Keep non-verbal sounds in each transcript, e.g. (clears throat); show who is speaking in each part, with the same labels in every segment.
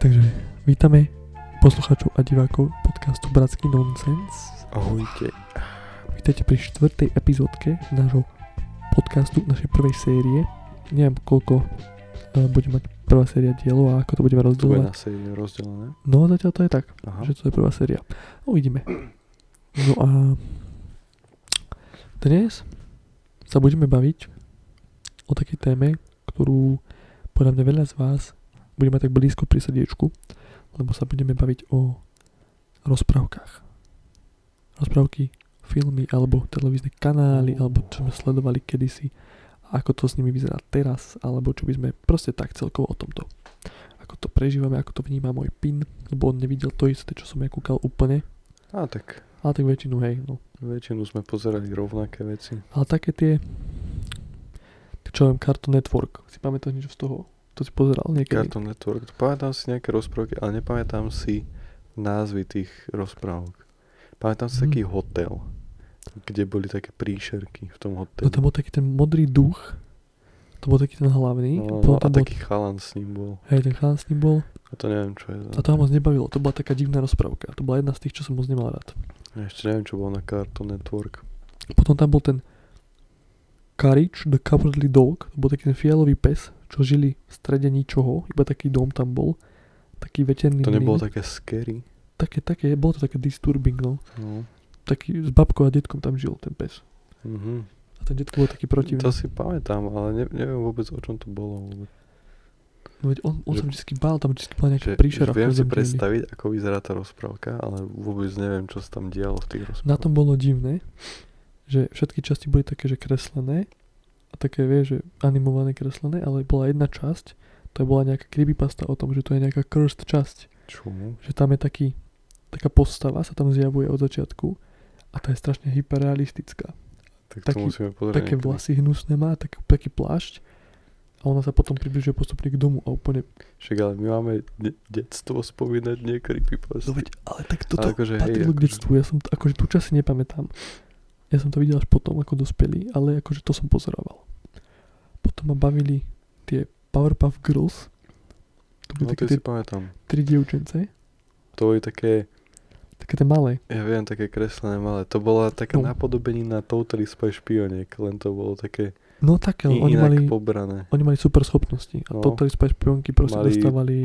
Speaker 1: Takže vítame poslucháčov a divákov podcastu Bratský nonsens.
Speaker 2: Ahojte.
Speaker 1: Vítajte pri štvrtej epizódke nášho podcastu, našej prvej série. Neviem, koľko eh, bude mať prvá séria dielov a ako to budeme
Speaker 2: To bude
Speaker 1: rozdielovať.
Speaker 2: na série rozdelené.
Speaker 1: No zatiaľ to je tak,
Speaker 2: Aha.
Speaker 1: že to je prvá séria. Uvidíme. No a dnes sa budeme baviť o takej téme, ktorú podľa mňa veľa z vás bude mať tak blízko pri srdiečku, lebo sa budeme baviť o rozprávkach. Rozprávky, filmy alebo televízne kanály, alebo čo sme sledovali kedysi, a ako to s nimi vyzerá teraz, alebo čo by sme proste tak celkovo o tomto. Ako to prežívame, ako to vníma môj pin, lebo on nevidel to isté, čo som ja kúkal úplne,
Speaker 2: A tak
Speaker 1: ale tak väčšinu hej, no.
Speaker 2: väčšinu sme pozerali rovnaké veci.
Speaker 1: Ale také tie, čo viem, Cartoon Network, si pamätáš niečo z toho? To si pozeral niekedy?
Speaker 2: Cartoon Network. Pamätám si nejaké rozprávky, ale nepamätám si názvy tých rozprávok. Pamätám si
Speaker 1: Hmm.
Speaker 2: taký hotel, kde boli také príšerky v tom
Speaker 1: No, To
Speaker 2: hoteli.
Speaker 1: tam bol taký ten modrý duch, to bol taký ten hlavný,
Speaker 2: No, no,
Speaker 1: potom tam
Speaker 2: a
Speaker 1: bol,
Speaker 2: taký chalan s ním bol.
Speaker 1: hej, ten chlán s ním bol,
Speaker 2: A to neviem, čo je.
Speaker 1: a to ma moc nebavilo, to bola taká divná rozprávka, to bola jedna z tých, čo som moc nemal rád.
Speaker 2: Ešte neviem, čo bolo na Cartoon Network.
Speaker 1: Potom tam bol ten Courage the Cowardly Dog, to bol taký ten fialový pes, čo žili v strede ničoho, iba taký dom tam bol, taký veterný
Speaker 2: To nebolo
Speaker 1: mlyn.
Speaker 2: také scary.
Speaker 1: také, také, bolo to také disturbing, no.
Speaker 2: No.
Speaker 1: Taký s babkou a detkom tam žil ten pes.
Speaker 2: Mhm.
Speaker 1: A ten detko bol taký protivný.
Speaker 2: To si pamätám, ale ne, neviem vôbec, o čom to bolo vôbec.
Speaker 1: No veď on, on sa
Speaker 2: že-
Speaker 1: vždycky bál, tam vždycky bola nejaká
Speaker 2: Že,
Speaker 1: príšera.
Speaker 2: že viem si
Speaker 1: každom dieli.
Speaker 2: predstaviť, ako vyzerá tá rozprávka, ale vôbec neviem, čo sa tam dialo v tých rozprávkach.
Speaker 1: Na tom bolo divné, že všetky časti boli také, že kreslené a také, vieš, že animované kreslené, ale bola jedna časť, to bola nejaká creepypasta o tom, že to je nejaká cursed časť,
Speaker 2: Čo?
Speaker 1: že tam je taký, taká postava, sa tam zjavuje od začiatku a tá je strašne hyperrealistická. Taký-
Speaker 2: Tak to musíme pozrieť.
Speaker 1: Také
Speaker 2: niekedy.
Speaker 1: vlasy hnusné má, tak, taký plášť a ona sa potom približuje postupne k domu a úplne...
Speaker 2: Však ale my máme de- detstvo spomínať nie creepypasta.
Speaker 1: No veď, ale tak toto
Speaker 2: Ale akože, hej,
Speaker 1: patrilo k
Speaker 2: akože-
Speaker 1: detstvu, ja som t- akože tú časť si nepamätám. Ja som to videl až potom, ako dospelý, ale akože to som pozoroval. Potom ma bavili tie Powerpuff Girls, to
Speaker 2: No
Speaker 1: boli
Speaker 2: to
Speaker 1: také tie
Speaker 2: si pamätám.
Speaker 1: tri dievčence,
Speaker 2: To boli také,
Speaker 1: také tie malé.
Speaker 2: ja viem, také kreslené malé. To bola taká
Speaker 1: No.
Speaker 2: no. napodobenina Totally Spy Špioniek, len to bolo také
Speaker 1: No také,
Speaker 2: i-
Speaker 1: oni
Speaker 2: inak
Speaker 1: mali,
Speaker 2: pobrané
Speaker 1: oni mali super schopnosti a
Speaker 2: No.
Speaker 1: to Totally Spice Pionky proste
Speaker 2: Mali-
Speaker 1: dostávali,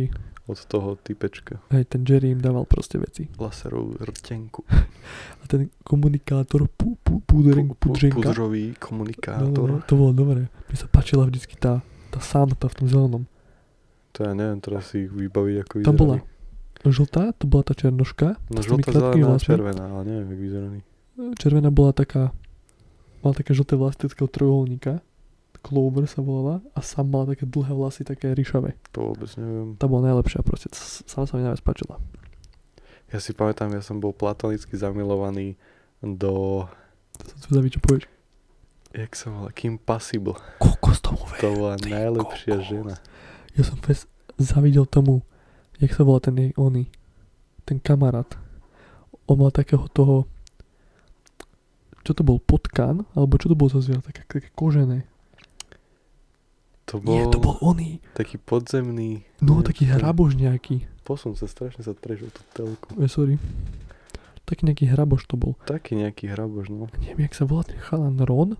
Speaker 2: od toho typečka.
Speaker 1: aj ten Jerry im dával proste veci.
Speaker 2: Laserovú rtenku.
Speaker 1: A ten komunikátor pú, pú, púdrenk,
Speaker 2: Pu- pu-
Speaker 1: púdrenka,
Speaker 2: Pudrový
Speaker 1: no, no, no,
Speaker 2: komunikátor.
Speaker 1: to bolo dobré. Mne sa páčila vždycky tá, tá Santa v tom zelenom.
Speaker 2: To ja neviem teraz si ich vybaviť, ako
Speaker 1: Tam
Speaker 2: vyzerali.
Speaker 1: bola žltá, to bola tá černoška.
Speaker 2: No
Speaker 1: s tými
Speaker 2: žltá,
Speaker 1: krátkými
Speaker 2: zelená,
Speaker 1: vlasmi.
Speaker 2: červená, ale neviem, jak vyzerali.
Speaker 1: Červená bola taká, mala také žlté vlasy takého trojuholníka. Clover sa volala a sam mala také dlhé vlasy, také ryšavé.
Speaker 2: To vôbec neviem.
Speaker 1: Tá bola najlepšia proste, sama sa mi najviac páčila.
Speaker 2: Ja si pamätám, ja som bol platonicky zamilovaný do,
Speaker 1: To som zvedavý, čo povieš.
Speaker 2: jak sa volá, Kim Possible.
Speaker 1: Kokos tomu
Speaker 2: To bola
Speaker 1: ty
Speaker 2: najlepšia
Speaker 1: kokos.
Speaker 2: žena.
Speaker 1: Ja som fest zavidel tomu, jak sa volá ten jej oný, ten kamarát. On mal takého toho, čo to bol, potkan? Alebo čo to bol za zviera, také, také kožené?
Speaker 2: To bol,
Speaker 1: Nie, to bol oný.
Speaker 2: taký podzemný...
Speaker 1: No,
Speaker 2: neviem,
Speaker 1: taký
Speaker 2: čo to je.
Speaker 1: hrabož nejaký.
Speaker 2: Posun sa, strašne sa treš o tú telku.
Speaker 1: Eh, sorry. Taký nejaký hraboš to bol.
Speaker 2: Taký nejaký hrabož, no.
Speaker 1: Ja neviem, jak sa volá ten chalan Ron.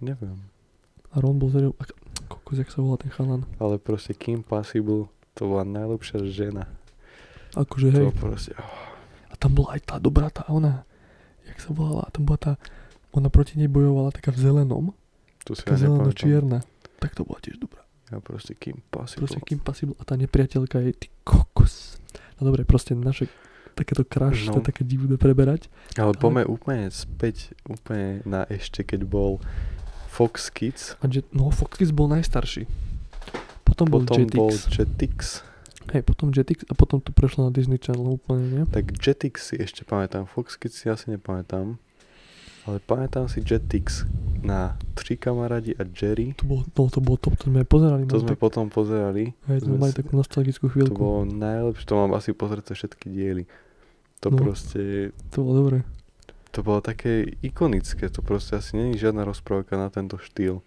Speaker 2: Neviem.
Speaker 1: A Ron bol zrejme... ak- Kokos, jak sa volá ten chalan.
Speaker 2: Ale proste Kim Possible, to bola najlepšia žena.
Speaker 1: Akože hej.
Speaker 2: Hej. To proste... Oh,
Speaker 1: A tam bola aj tá dobrá tá ona. Jak sa volala? Tam bola tá... Ona proti nej bojovala taká v zelenom.
Speaker 2: tu si
Speaker 1: Taká
Speaker 2: ja
Speaker 1: zeleno
Speaker 2: nepamätám.
Speaker 1: čierna. Tak to bola tiež dobrá.
Speaker 2: Ja proste Kim Possible.
Speaker 1: Proste Kim Possible a tá nepriateľka je ty kokos. No dobre, proste naše takéto crush, to je
Speaker 2: No.
Speaker 1: také divné preberať. Ale-
Speaker 2: Ale poďme úplne späť, úplne na ešte, keď bol Fox Kids,
Speaker 1: A Jet, no Fox Kids bol najstarší. Potom, bol
Speaker 2: potom
Speaker 1: Jetix.
Speaker 2: bol Jetix.
Speaker 1: Hej, potom Jetix a potom to prešlo na Disney Channel úplne, nie?
Speaker 2: Tak Jetix si ešte pamätám, Fox Kids si asi nepamätám, ale pamätám si Jetix na Tři kamarádi a Jerry.
Speaker 1: To bolo, no, to bolo top, to sme aj pozerali. no,
Speaker 2: To sme
Speaker 1: tak,
Speaker 2: potom pozerali,
Speaker 1: hej, to sme
Speaker 2: sme
Speaker 1: mali
Speaker 2: si-
Speaker 1: takú nostalgickú
Speaker 2: to
Speaker 1: chvíľku. To bolo,
Speaker 2: bolo najlepšie, to mám asi pozrieť sa všetky diely. To
Speaker 1: No.
Speaker 2: proste,
Speaker 1: to bolo dobré.
Speaker 2: to bolo také ikonické, to proste asi není žiadna rozprávka na tento štýl,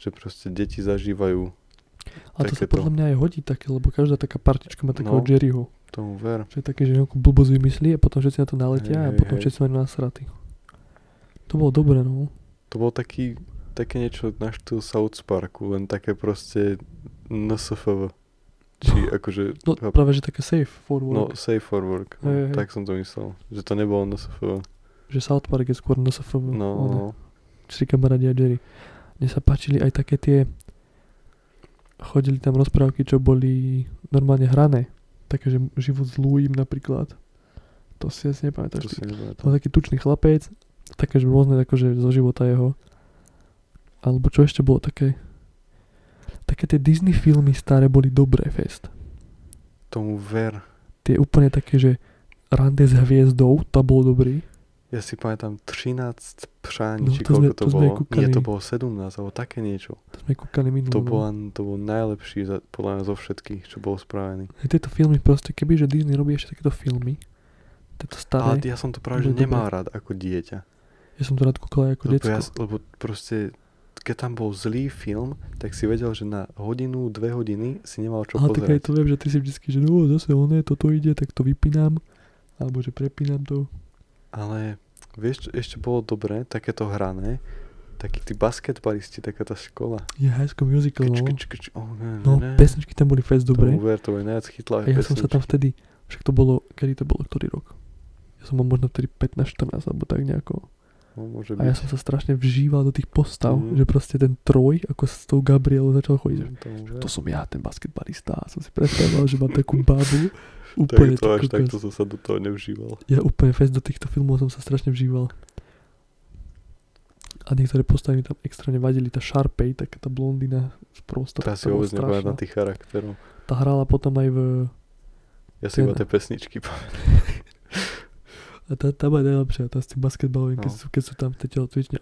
Speaker 2: že proste deti zažívajú
Speaker 1: A to sa
Speaker 2: Takéto.
Speaker 1: podľa mňa aj hodí také, lebo každá taká partička má takého
Speaker 2: No.
Speaker 1: Jerryho.
Speaker 2: Tomu ver.
Speaker 1: Čo je také, že nejakú blbosť vymyslí a potom všetci na to naletia
Speaker 2: Hej,
Speaker 1: a
Speaker 2: hej,
Speaker 1: potom
Speaker 2: hej.
Speaker 1: všetci majú nasraty. To bolo dobré, no.
Speaker 2: To bol taký, také niečo na štýl South Parku, len také proste NSFV. Či akože...
Speaker 1: No
Speaker 2: chápeš?
Speaker 1: práve, že také safe for
Speaker 2: no,
Speaker 1: work. No.
Speaker 2: Safe for Work.
Speaker 1: Hej, hej.
Speaker 2: Tak som to myslel. Že to nebolo NSFV.
Speaker 1: Že South Park je skôr NSFV.
Speaker 2: No, no,
Speaker 1: Ono,
Speaker 2: no.
Speaker 1: Tri kamarádi a Jerry. Mne sa páčili aj také tie... Chodili tam rozprávky, čo boli normálne hrané. Také, že život s Louis napríklad. To si asi nepamätáš.
Speaker 2: to
Speaker 1: ty.
Speaker 2: si nepamätám.
Speaker 1: To bol taký tučný chlapec, také, že rôzne akože zo života jeho. Alebo čo ešte bolo také... Také tie Disney filmy staré boli dobré fest.
Speaker 2: Tomu ver.
Speaker 1: Tie úplne také, že Rande s hviezdou, to bol dobrý.
Speaker 2: Ja si pamätám 13 přání,
Speaker 1: No,
Speaker 2: či
Speaker 1: to sme-
Speaker 2: koľko to,
Speaker 1: to sme
Speaker 2: bolo.
Speaker 1: kúkali. No.
Speaker 2: Nie, to bolo 17, alebo také niečo.
Speaker 1: To sme kúkali minulé.
Speaker 2: To, bola, to bol najlepší za, podľa mňa zo všetkých, čo bol spravený.
Speaker 1: Tieto filmy proste, keby že Disney robí ešte takéto filmy, tieto
Speaker 2: Ale
Speaker 1: staré,
Speaker 2: ja som to práve že
Speaker 1: boli dobré.
Speaker 2: nemá rád ako dieťa.
Speaker 1: ja som to rád kúkal aj ako
Speaker 2: Lebo,
Speaker 1: detsko.
Speaker 2: ja, s- lebo proste, keď tam bol zlý film, tak si vedel, že na hodinu, dve hodiny si nemal čo
Speaker 1: Ale tak aj
Speaker 2: pozerať.
Speaker 1: to viem, že ty si vždycky, že no zase oné, toto ide, tak to vypínam. Alebo že prepínam to.
Speaker 2: Ale vieš, čo ešte bolo dobré, takéto hrané, takí tí basketbalisti, taká tá škola.
Speaker 1: Je High School Musical,
Speaker 2: Kč,
Speaker 1: no.
Speaker 2: kč, kč, oh, ne, ne,
Speaker 1: No,
Speaker 2: ne.
Speaker 1: pesničky tam boli fest
Speaker 2: To
Speaker 1: dobré.
Speaker 2: uver, to je najviac
Speaker 1: A
Speaker 2: chytlá
Speaker 1: ja som sa tam vtedy, však to bolo, kedy to bolo, ktorý rok? Ja som mal možno vtedy 15-14 alebo tak nejako.
Speaker 2: No, môže byť.
Speaker 1: A ja som sa strašne vžíval do tých postav, že
Speaker 2: Mhm.
Speaker 1: proste ten troj, ako s tou Gabrielou začal chodiť. že
Speaker 2: Mm, to uver.
Speaker 1: To som ja, ten basketbalista. A Som si predstavoval, že mám takú
Speaker 2: (laughs)
Speaker 1: babu. Úplne
Speaker 2: tak, to až
Speaker 1: takú
Speaker 2: takto som sa do toho neužíval.
Speaker 1: Ja úplne fest do týchto filmov som sa strašne vžíval. A niektoré postavy mi tam extrémne vadili. Tá Sharpay, taká tá blondina, prosto.
Speaker 2: Teraz si vôbec nepamätám tých charakterov.
Speaker 1: Tá hrala potom aj v...
Speaker 2: Ja si iba
Speaker 1: Ten-
Speaker 2: tie pesničky pamätám.
Speaker 1: A tá, tá bola najlepšia, tá s tým basketbalovým, keď,
Speaker 2: No.
Speaker 1: sú, keď sú tam tie telocvične.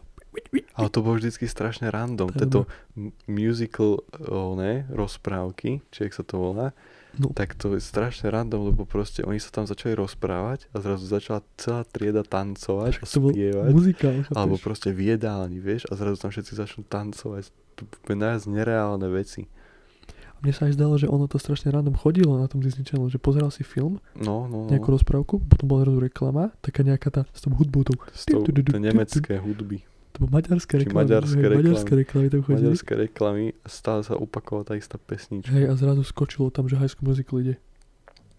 Speaker 2: Ale to bolo vždycky strašne random.
Speaker 1: To je
Speaker 2: Tieto
Speaker 1: no.
Speaker 2: m- musical o, ne, rozprávky, či jak sa to volá,
Speaker 1: No, (laughs)
Speaker 2: tak to je strašne random, lebo proste oni sa tam začali rozprávať a zrazu začala celá trieda
Speaker 1: však
Speaker 2: tancovať a
Speaker 1: to bol
Speaker 2: spievať.
Speaker 1: muzikál, chápeš?
Speaker 2: Alebo proste v jedálni, vieš, a zrazu tam všetci začnú tancovať. To je najviac nereálne veci.
Speaker 1: A mne sa aj zdalo, že ono to strašne random chodilo na tom Disney Channel, že pozeral si film,
Speaker 2: No, no, no.
Speaker 1: nejakú rozprávku, potom bola zrazu reklama, taká nejaká tá s tou hudbou, tou,
Speaker 2: Z tou, tej nemecké hudby.
Speaker 1: to bol maďarské
Speaker 2: Či
Speaker 1: reklamy,
Speaker 2: maďarské
Speaker 1: hej, maďarské reklamy tam chodili.
Speaker 2: Maďarské reklamy a stále sa opakovala tá istá pesnička.
Speaker 1: Hej, a zrazu skočilo tam, že High School Musical ide.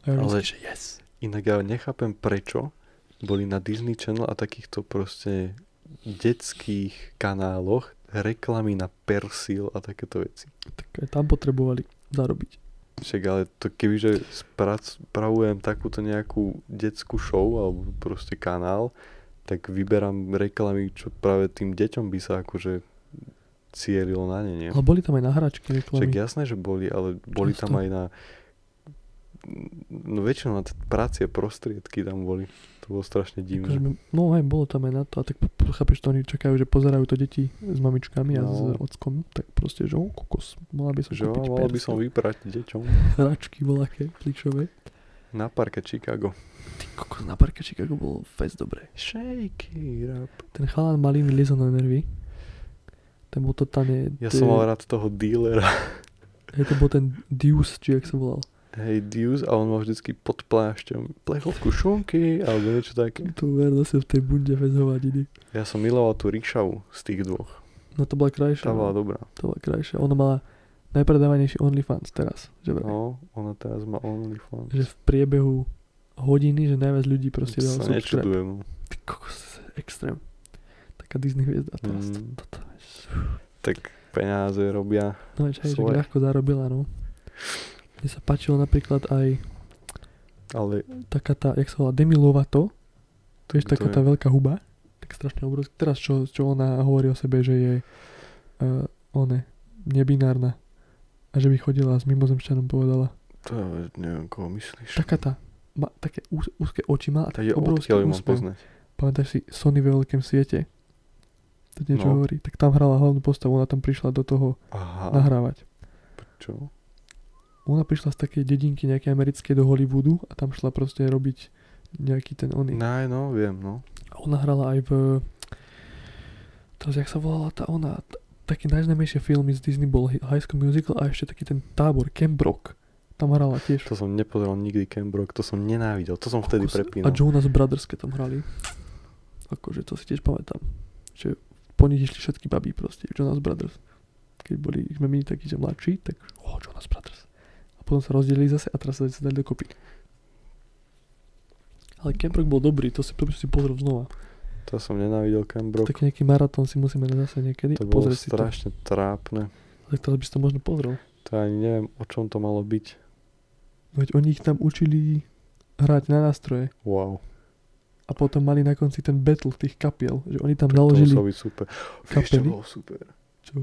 Speaker 1: A ja
Speaker 2: Ale
Speaker 1: vždycky, že yes.
Speaker 2: Inak ja nechápem prečo boli na Disney Channel a takýchto proste detských kanáloch reklamy na Persil a takéto veci.
Speaker 1: Tak aj tam potrebovali zarobiť.
Speaker 2: Však ale to kebyže sprac- spravujem takúto nejakú detskú show alebo proste kanál, tak vyberám reklamy, čo práve tým deťom by sa akože cierilo na ne, nie?
Speaker 1: Ale boli tam aj nahráčky
Speaker 2: Však
Speaker 1: reklamy.
Speaker 2: jasné, že boli, ale boli tam
Speaker 1: Často.
Speaker 2: aj na... No väčšinou na t- pracie prostriedky tam boli. To bolo strašne
Speaker 1: Akože
Speaker 2: divné.
Speaker 1: by- No aj bolo tam aj na to a tak po- po- chápeš to, oni čakajú, že pozerajú to deti s mamičkami a s
Speaker 2: No.
Speaker 1: ockom, tak proste, že o, kokos, mala by som
Speaker 2: Že
Speaker 1: kúpiť
Speaker 2: mal by som
Speaker 1: persil,
Speaker 2: vyprať deťom
Speaker 1: hračky voľaké, pličové.
Speaker 2: na parke Chicago.
Speaker 1: Ty kokos, na parke Chicago bolo fest dobré.
Speaker 2: Shake it up.
Speaker 1: Ten chalan malý mi liezol na nervy. Ten bol totálne...
Speaker 2: Ja som mal rád toho dealera.
Speaker 1: Hej, to bol ten Deuce, či jak sa volal.
Speaker 2: Hej, Deuce, a on mal vždycky pod plášťom plechovku šunky alebo niečo také.
Speaker 1: Tu ver zase v tej bunde fest hovadiny.
Speaker 2: Ja som miloval tú Ríšavu z tých dvoch.
Speaker 1: No to bola krajšia.
Speaker 2: Tá bola
Speaker 1: no.
Speaker 2: dobrá.
Speaker 1: To bola krajšia. Ona mala najpredávanejší OnlyFans teraz. Že, vraj.
Speaker 2: No, ona teraz má OnlyFans.
Speaker 1: že v priebehu hodiny, že najviac ľudí proste
Speaker 2: To
Speaker 1: dalo
Speaker 2: sa
Speaker 1: subscribe.
Speaker 2: nečudujem. Mm,
Speaker 1: Ty kokos, extrém. Taká Disney hviezda teraz. Mm.
Speaker 2: Mm,
Speaker 1: Toto,
Speaker 2: tak peniaze robia.
Speaker 1: no veď, hej, že
Speaker 2: Svoje.
Speaker 1: ľahko zarobila, no. Mne sa páčilo napríklad aj
Speaker 2: Ale
Speaker 1: taká tá, jak sa volá, Demi Lovato. To je
Speaker 2: To
Speaker 1: taká
Speaker 2: je-
Speaker 1: tá veľká huba. Tak strašne obrovská. Teraz, čo, čo ona hovorí o sebe, že je uh, one, nebinárna. A že by chodila s mimozemšťanom, povedala.
Speaker 2: to ja neviem, koho myslíš.
Speaker 1: Taká tá, má také úz, úzke oči má a
Speaker 2: Tak
Speaker 1: taký
Speaker 2: je
Speaker 1: obrovský
Speaker 2: odkiaľ ju mám
Speaker 1: úsmev.
Speaker 2: poznať.
Speaker 1: Pamätáš si Sony ve veľkém svete? To niečo
Speaker 2: No.
Speaker 1: hovorí. Tak tam hrala hlavnú postavu, ona tam prišla do toho
Speaker 2: Aha,
Speaker 1: nahrávať.
Speaker 2: čo?
Speaker 1: Ona prišla z takej dedinky nejakej americkej do Hollywoodu a tam šla proste robiť nejaký ten oný.
Speaker 2: Naj, no, viem, no.
Speaker 1: A ona hrala aj v... Teraz jak sa volala tá ona? T- také najznámejšie filmy z Disney bol Hi- High School Musical a ešte taký ten tábor Camp Rock. Tam hrala tiež.
Speaker 2: To som nepozeral nikdy Camp Rock, to som nenávidel, to som vtedy
Speaker 1: Kokos.
Speaker 2: prepínal.
Speaker 1: A Jonas Brothers, keď tam hrali. Akože to si tiež pamätám. Že po nich išli všetky babí proste. Jonas Brothers. Keď boli sme my takí, že mladší, tak oh, Jonas Brothers. A potom sa rozdelili zase a teraz sa zase dali dokopy. Ale Camp Rock bol dobrý, to si, to by som si pozrel znova.
Speaker 2: To som nenávidel Camp Rock,
Speaker 1: Taký nejaký maratón si musíme dať zase niekedy a
Speaker 2: to bolo
Speaker 1: pozrieť si to.
Speaker 2: strašne trápne.
Speaker 1: Ale teraz by si to možno pozrel.
Speaker 2: To ani neviem, o čom to malo byť.
Speaker 1: Veď oni ich tam učili hrať na nástroje
Speaker 2: Wow,
Speaker 1: a potom mali na konci ten battle tých kapiel, že oni tam
Speaker 2: to
Speaker 1: naložili
Speaker 2: muselo byť super. Vieš, čo
Speaker 1: kapely?
Speaker 2: bolo super?
Speaker 1: Čo?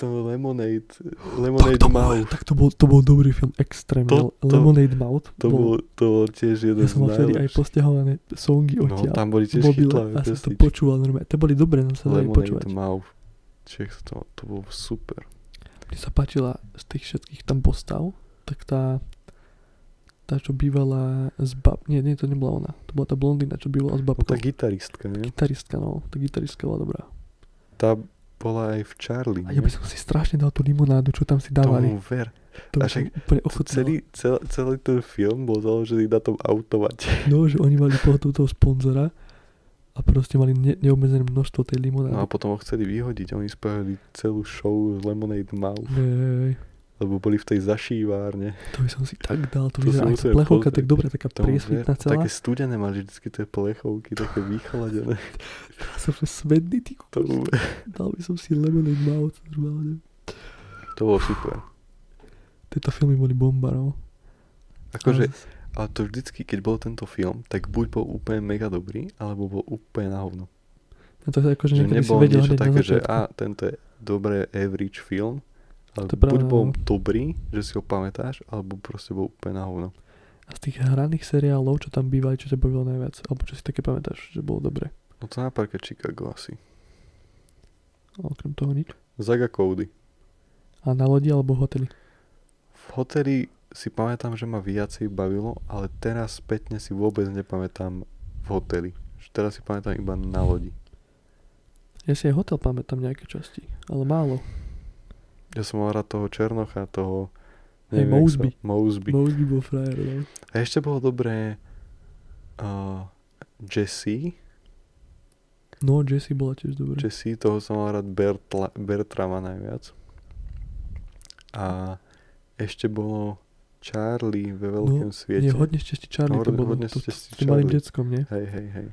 Speaker 2: To Lemonade,
Speaker 1: Tak
Speaker 2: Lemonade
Speaker 1: to, bol,
Speaker 2: Mouth.
Speaker 1: tak to bol, to bol dobrý film, extrémne.
Speaker 2: To- to-
Speaker 1: Lemonade Mouth.
Speaker 2: To bol, to bol tiež jeden
Speaker 1: ja som mal
Speaker 2: z
Speaker 1: vtedy aj
Speaker 2: najlepších.
Speaker 1: postihované songy
Speaker 2: No,
Speaker 1: odtiaľ.
Speaker 2: tam boli tiež
Speaker 1: Bobby
Speaker 2: chytlavé
Speaker 1: Lee, a som to
Speaker 2: pesničky.
Speaker 1: počúval normálne. To boli dobré, no sa dali
Speaker 2: Lemonade
Speaker 1: počúvať.
Speaker 2: Mouth. Čiech sa to, to bolo super.
Speaker 1: Mne sa páčila z tých všetkých tam postav, tak tá, tá čo bývala z bab... Nie, nie, to nebola ona. To bola tá blondína, čo bývala s
Speaker 2: No, tá
Speaker 1: babkou.
Speaker 2: gitaristka, nie?
Speaker 1: Gitaristka, no. Tá gitaristka bola dobrá.
Speaker 2: Tá bola aj v Charlie,
Speaker 1: A ja by som si strašne dal tú limonádu, čo tam si dávali.
Speaker 2: Tomu ver.
Speaker 1: To by
Speaker 2: a
Speaker 1: som
Speaker 2: však
Speaker 1: úplne
Speaker 2: To
Speaker 1: ochutnal.
Speaker 2: celý, cel, celý ten film bol založený na tom automate.
Speaker 1: No, že oni mali pohotovo toho sponzora a proste mali ne- neobmedzené množstvo tej limonády.
Speaker 2: No a potom ho chceli vyhodiť, oni spravili celú show z Lemonade Mouth,
Speaker 1: Jej,
Speaker 2: lebo boli v tej zašívárne.
Speaker 1: to by som si tak dal, to
Speaker 2: To si
Speaker 1: vyzerá aj tá
Speaker 2: musíme
Speaker 1: plechovka
Speaker 2: pozrieť.
Speaker 1: tak dobre, taká
Speaker 2: Tomu ver.
Speaker 1: priesvitná celá.
Speaker 2: Také studené mali vždy tie plechovky, také
Speaker 1: (laughs)
Speaker 2: vychladené.
Speaker 1: Ja som úplne svedný, ty
Speaker 2: Tomu
Speaker 1: kokos.
Speaker 2: ver.
Speaker 1: Dal by som si Lemonade Mouth, normálne.
Speaker 2: To bolo super.
Speaker 1: Tieto filmy boli bomba, no.
Speaker 2: Akože
Speaker 1: Ale zas-
Speaker 2: A to vždycky, keď bol tento film, tak buď bol úplne mega dobrý, alebo bol úplne na hovno.
Speaker 1: Ja to akože
Speaker 2: Že
Speaker 1: niekedy si
Speaker 2: nebolo
Speaker 1: vedel
Speaker 2: niečo
Speaker 1: hneď na
Speaker 2: také, že
Speaker 1: začiatku.
Speaker 2: a tento je dobré average film, ale
Speaker 1: To je
Speaker 2: buď
Speaker 1: pravda,
Speaker 2: bol
Speaker 1: no.
Speaker 2: dobrý, že si ho pamätáš, alebo proste bol úplne na hovno.
Speaker 1: A z tých hraných seriálov, čo tam bývali, čo ťa bavilo najviac, alebo čo si také pamätáš, že bolo dobre.
Speaker 2: No to na parke Chicago asi.
Speaker 1: A okrem toho nič.
Speaker 2: Zaga Cody.
Speaker 1: A na lodi alebo hoteli.
Speaker 2: V hoteli si pamätám, že ma viacej bavilo, ale teraz spätne si vôbec nepamätám v hoteli. Že Teraz si pamätám iba na lodi.
Speaker 1: Ja si aj hotel pamätám nejaké časti, ale málo.
Speaker 2: Ja som mal rád toho Černocha, toho...
Speaker 1: Hej,
Speaker 2: neviem, jak sa-
Speaker 1: Mosby.
Speaker 2: Mosby.
Speaker 1: Mosby bol frajer, no.
Speaker 2: A ešte bolo dobré uh, Jesse.
Speaker 1: No, Jessie bola tiež dobrá.
Speaker 2: Jesse, toho som mal rád Bertla, Bertrama najviac. A ešte bolo Charlie ve veľkom
Speaker 1: Nie,
Speaker 2: svete.
Speaker 1: No, hodne šťastí Charlie
Speaker 2: No,
Speaker 1: to
Speaker 2: hodne-
Speaker 1: bolo.
Speaker 2: hodne
Speaker 1: to, to,
Speaker 2: šťastí
Speaker 1: s tým malým
Speaker 2: Charlie.
Speaker 1: deckom, nie?
Speaker 2: Hej, hej, hej.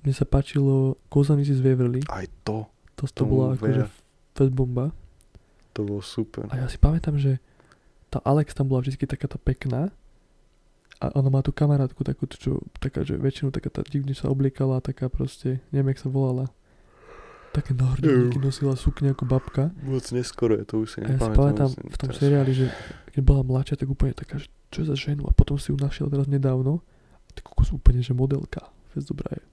Speaker 1: Mne sa páčilo Kozanici z Waverly.
Speaker 2: Aj to,
Speaker 1: To, to
Speaker 2: tomu
Speaker 1: bola akože
Speaker 2: ver.
Speaker 1: fest bomba.
Speaker 2: to bolo super.
Speaker 1: A ja si pamätám, že tá Alex tam bola vždy taká tá pekná. A ona má tú kamarátku takú, čo, taká, že väčšinu taká tá divne sa obliekala, taká proste, neviem, jak sa volala. Také náhrdelníky nosila sukňa ako babka.
Speaker 2: Moc neskoro je, to už si
Speaker 1: A ja si
Speaker 2: nepamätám.
Speaker 1: pamätám
Speaker 2: vlastne
Speaker 1: v tom
Speaker 2: teraz.
Speaker 1: seriáli, že keď bola mladšia, tak úplne taká, že čo je za ženu a potom si ju našiel teraz nedávno a ty kokos úplne, že modelka. Fes dobrá je.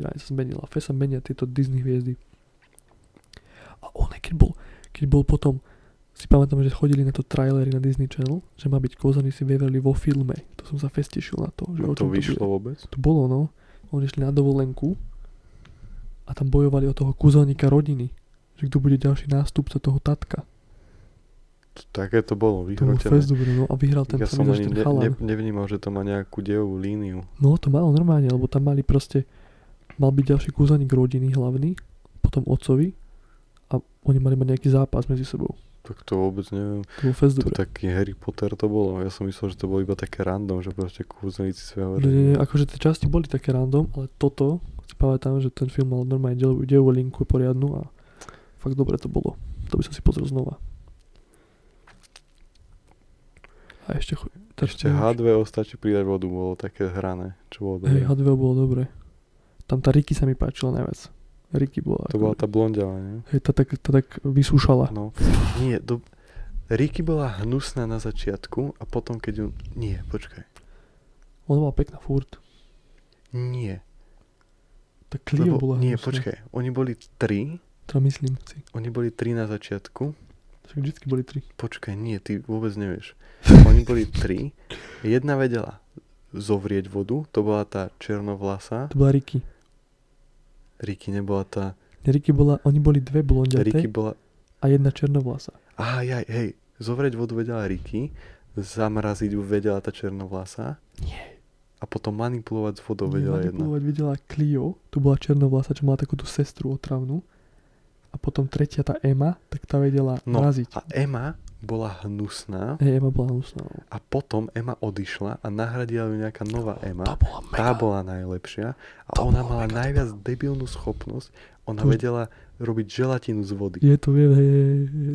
Speaker 1: Ja aj sa zmenila. Fes sa menia tieto Disney hviezdy. A on aj keď bol, keď bol potom si pamätám, že chodili na to trailery na Disney Channel, že má byť kozaný si Waverly vo filme. To som sa fest tešil na to. Že
Speaker 2: No
Speaker 1: o
Speaker 2: to
Speaker 1: čom bude.
Speaker 2: vyšlo vôbec?
Speaker 1: To bolo, no. Oni išli na dovolenku a tam bojovali o toho kúzelníka rodiny. Že kto bude ďalší nástupca toho tatka.
Speaker 2: To- Také to bolo,
Speaker 1: To bol
Speaker 2: vyhrotené.
Speaker 1: fest dobrý, no a vyhral ten,
Speaker 2: Ja
Speaker 1: sa
Speaker 2: som
Speaker 1: mi zdá, že
Speaker 2: ani
Speaker 1: ten
Speaker 2: ne,
Speaker 1: chalan.
Speaker 2: ne, nevnímal, že to má nejakú dejovú líniu.
Speaker 1: No to malo normálne, lebo tam mali proste, mal byť ďalší kúzaník rodiny hlavný, potom otcovi a oni mali mať nejaký zápas medzi sebou.
Speaker 2: Tak to vôbec neviem.
Speaker 1: To bol fest
Speaker 2: To
Speaker 1: dobré.
Speaker 2: taký Harry Potter to bolo. Ja som myslel, že to bolo iba také random, že proste kúzelníci svojho
Speaker 1: Nie, nie, nie, akože tie časti boli také random, ale toto si pamätám, že ten film mal normálne dejovú, dejovú linku poriadnu a fakt dobre to bolo. To by som si pozrel znova. A ešte... chu- teraz
Speaker 2: Ešte
Speaker 1: neviem,
Speaker 2: H2O stačí pridať vodu, bolo také hrané, čo bolo
Speaker 1: Hej,
Speaker 2: dobré.
Speaker 1: H2O bolo dobre. Tam tá Ricky sa mi páčila najviac. Ricky bola...
Speaker 2: to
Speaker 1: akože-
Speaker 2: bola tá blondiava, nie?
Speaker 1: Hej, tá tak, tá tak vysúšala.
Speaker 2: No, nie, do... Ricky bola hnusná na začiatku a potom keď ju... Nie, počkaj.
Speaker 1: Ona bola pekná furt.
Speaker 2: Nie.
Speaker 1: Tá Clio bola
Speaker 2: nie,
Speaker 1: hnusná.
Speaker 2: počkaj. Oni boli tri.
Speaker 1: Teda myslím si.
Speaker 2: Oni boli tri na začiatku.
Speaker 1: Však vždycky boli tri.
Speaker 2: Počkaj, nie, ty vôbec
Speaker 1: (laughs)
Speaker 2: nevieš. Oni boli tri. Jedna vedela zovrieť vodu, to bola tá černovlasa.
Speaker 1: To bola Ricky.
Speaker 2: Ricky nebola tá
Speaker 1: Ricky bola, oni boli dve
Speaker 2: Ricky
Speaker 1: blondiaté
Speaker 2: bola...
Speaker 1: a jedna černovlasa.
Speaker 2: Á, jaj, hej, zovrieť vodu vedela Ricky, zamraziť ju vedela tá černovlasa.
Speaker 1: Nie.
Speaker 2: A potom manipulovať s vodou vedela jedna.
Speaker 1: Manipulovať vedela Clio, tu bola černovlasa, čo mala takú tú sestru otravnú. A potom tretia, tá Emma, tak tá vedela
Speaker 2: No,
Speaker 1: raziť.
Speaker 2: A Emma bola hnusná
Speaker 1: Hej, Emma bola hnusná. no.
Speaker 2: a potom Emma odišla a nahradila ju nejaká nová Emma.
Speaker 1: To bola mega.
Speaker 2: Tá bola najlepšia a
Speaker 1: To
Speaker 2: ona
Speaker 1: bolo
Speaker 2: mala
Speaker 1: mega
Speaker 2: najviac debilnú schopnosť. Ona
Speaker 1: To-
Speaker 2: vedela robiť želatinu z vody.
Speaker 1: Je to, je, je, je,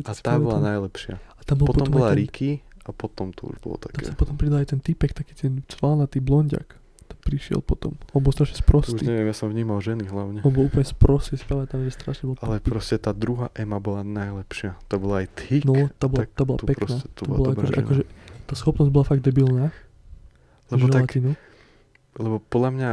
Speaker 1: je to
Speaker 2: A
Speaker 1: si
Speaker 2: tá bola
Speaker 1: pamätám.
Speaker 2: najlepšia.
Speaker 1: A tam bol
Speaker 2: Potom
Speaker 1: potom, aj
Speaker 2: bola
Speaker 1: ten,
Speaker 2: Ricky a potom to už bolo
Speaker 1: Tam
Speaker 2: také.
Speaker 1: sa potom pridal aj ten typek, taký ten cvalnatý blondiak. To prišiel potom. On bol strašne
Speaker 2: Už
Speaker 1: sprostý.
Speaker 2: neviem, ja som vnímal ženy hlavne.
Speaker 1: On bol úplne sprostý, si pamätám, že strašne bol
Speaker 2: Ale
Speaker 1: tupý.
Speaker 2: proste tá druhá Ema bola najlepšia. To bola aj Tick.
Speaker 1: No, tá bola,
Speaker 2: tak
Speaker 1: tá bola
Speaker 2: tu
Speaker 1: pekná.
Speaker 2: proste
Speaker 1: To
Speaker 2: tu bola
Speaker 1: bola
Speaker 2: dobrá
Speaker 1: akože,
Speaker 2: žena.
Speaker 1: akože, tá schopnosť bola fakt debilná.
Speaker 2: lebo, tak,
Speaker 1: želatinu.
Speaker 2: lebo podľa mňa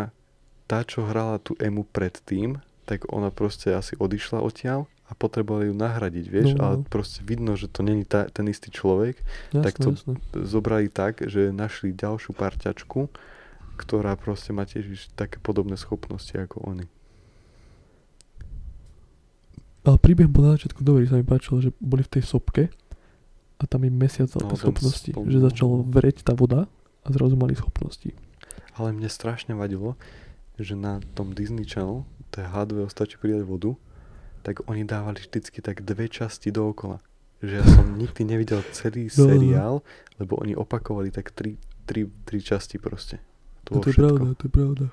Speaker 2: tá, čo hrala tú Emu predtým, tak ona proste asi odišla odtiaľ a potrebovali ju nahradiť, vieš,
Speaker 1: No, no,
Speaker 2: ale
Speaker 1: no.
Speaker 2: proste vidno, že to není tá, ten istý človek.
Speaker 1: Jasné,
Speaker 2: tak to-
Speaker 1: jasné.
Speaker 2: Zobrali tak, že našli ďalšiu parťačku, ktorá proste má tiež iš- také podobné schopnosti ako oni.
Speaker 1: Ale príbeh bol na začiatku dobrý, sa mi páčilo, že boli v tej sopke a tam im mesiac dal tie
Speaker 2: No, ten
Speaker 1: schopnosti,
Speaker 2: spol-
Speaker 1: že začalo vreť tá voda a zrazu mali schopnosti.
Speaker 2: Ale mne strašne vadilo, že na tom Disney Channel, to je H2, stačí pridať vodu, tak oni dávali vždycky tak dve časti dookola. Že ja som nikdy nevidel celý
Speaker 1: No, no, no.
Speaker 2: seriál, lebo oni opakovali tak tri, tri, tri časti proste.
Speaker 1: To, No
Speaker 2: To,
Speaker 1: to je pravda, to je pravda.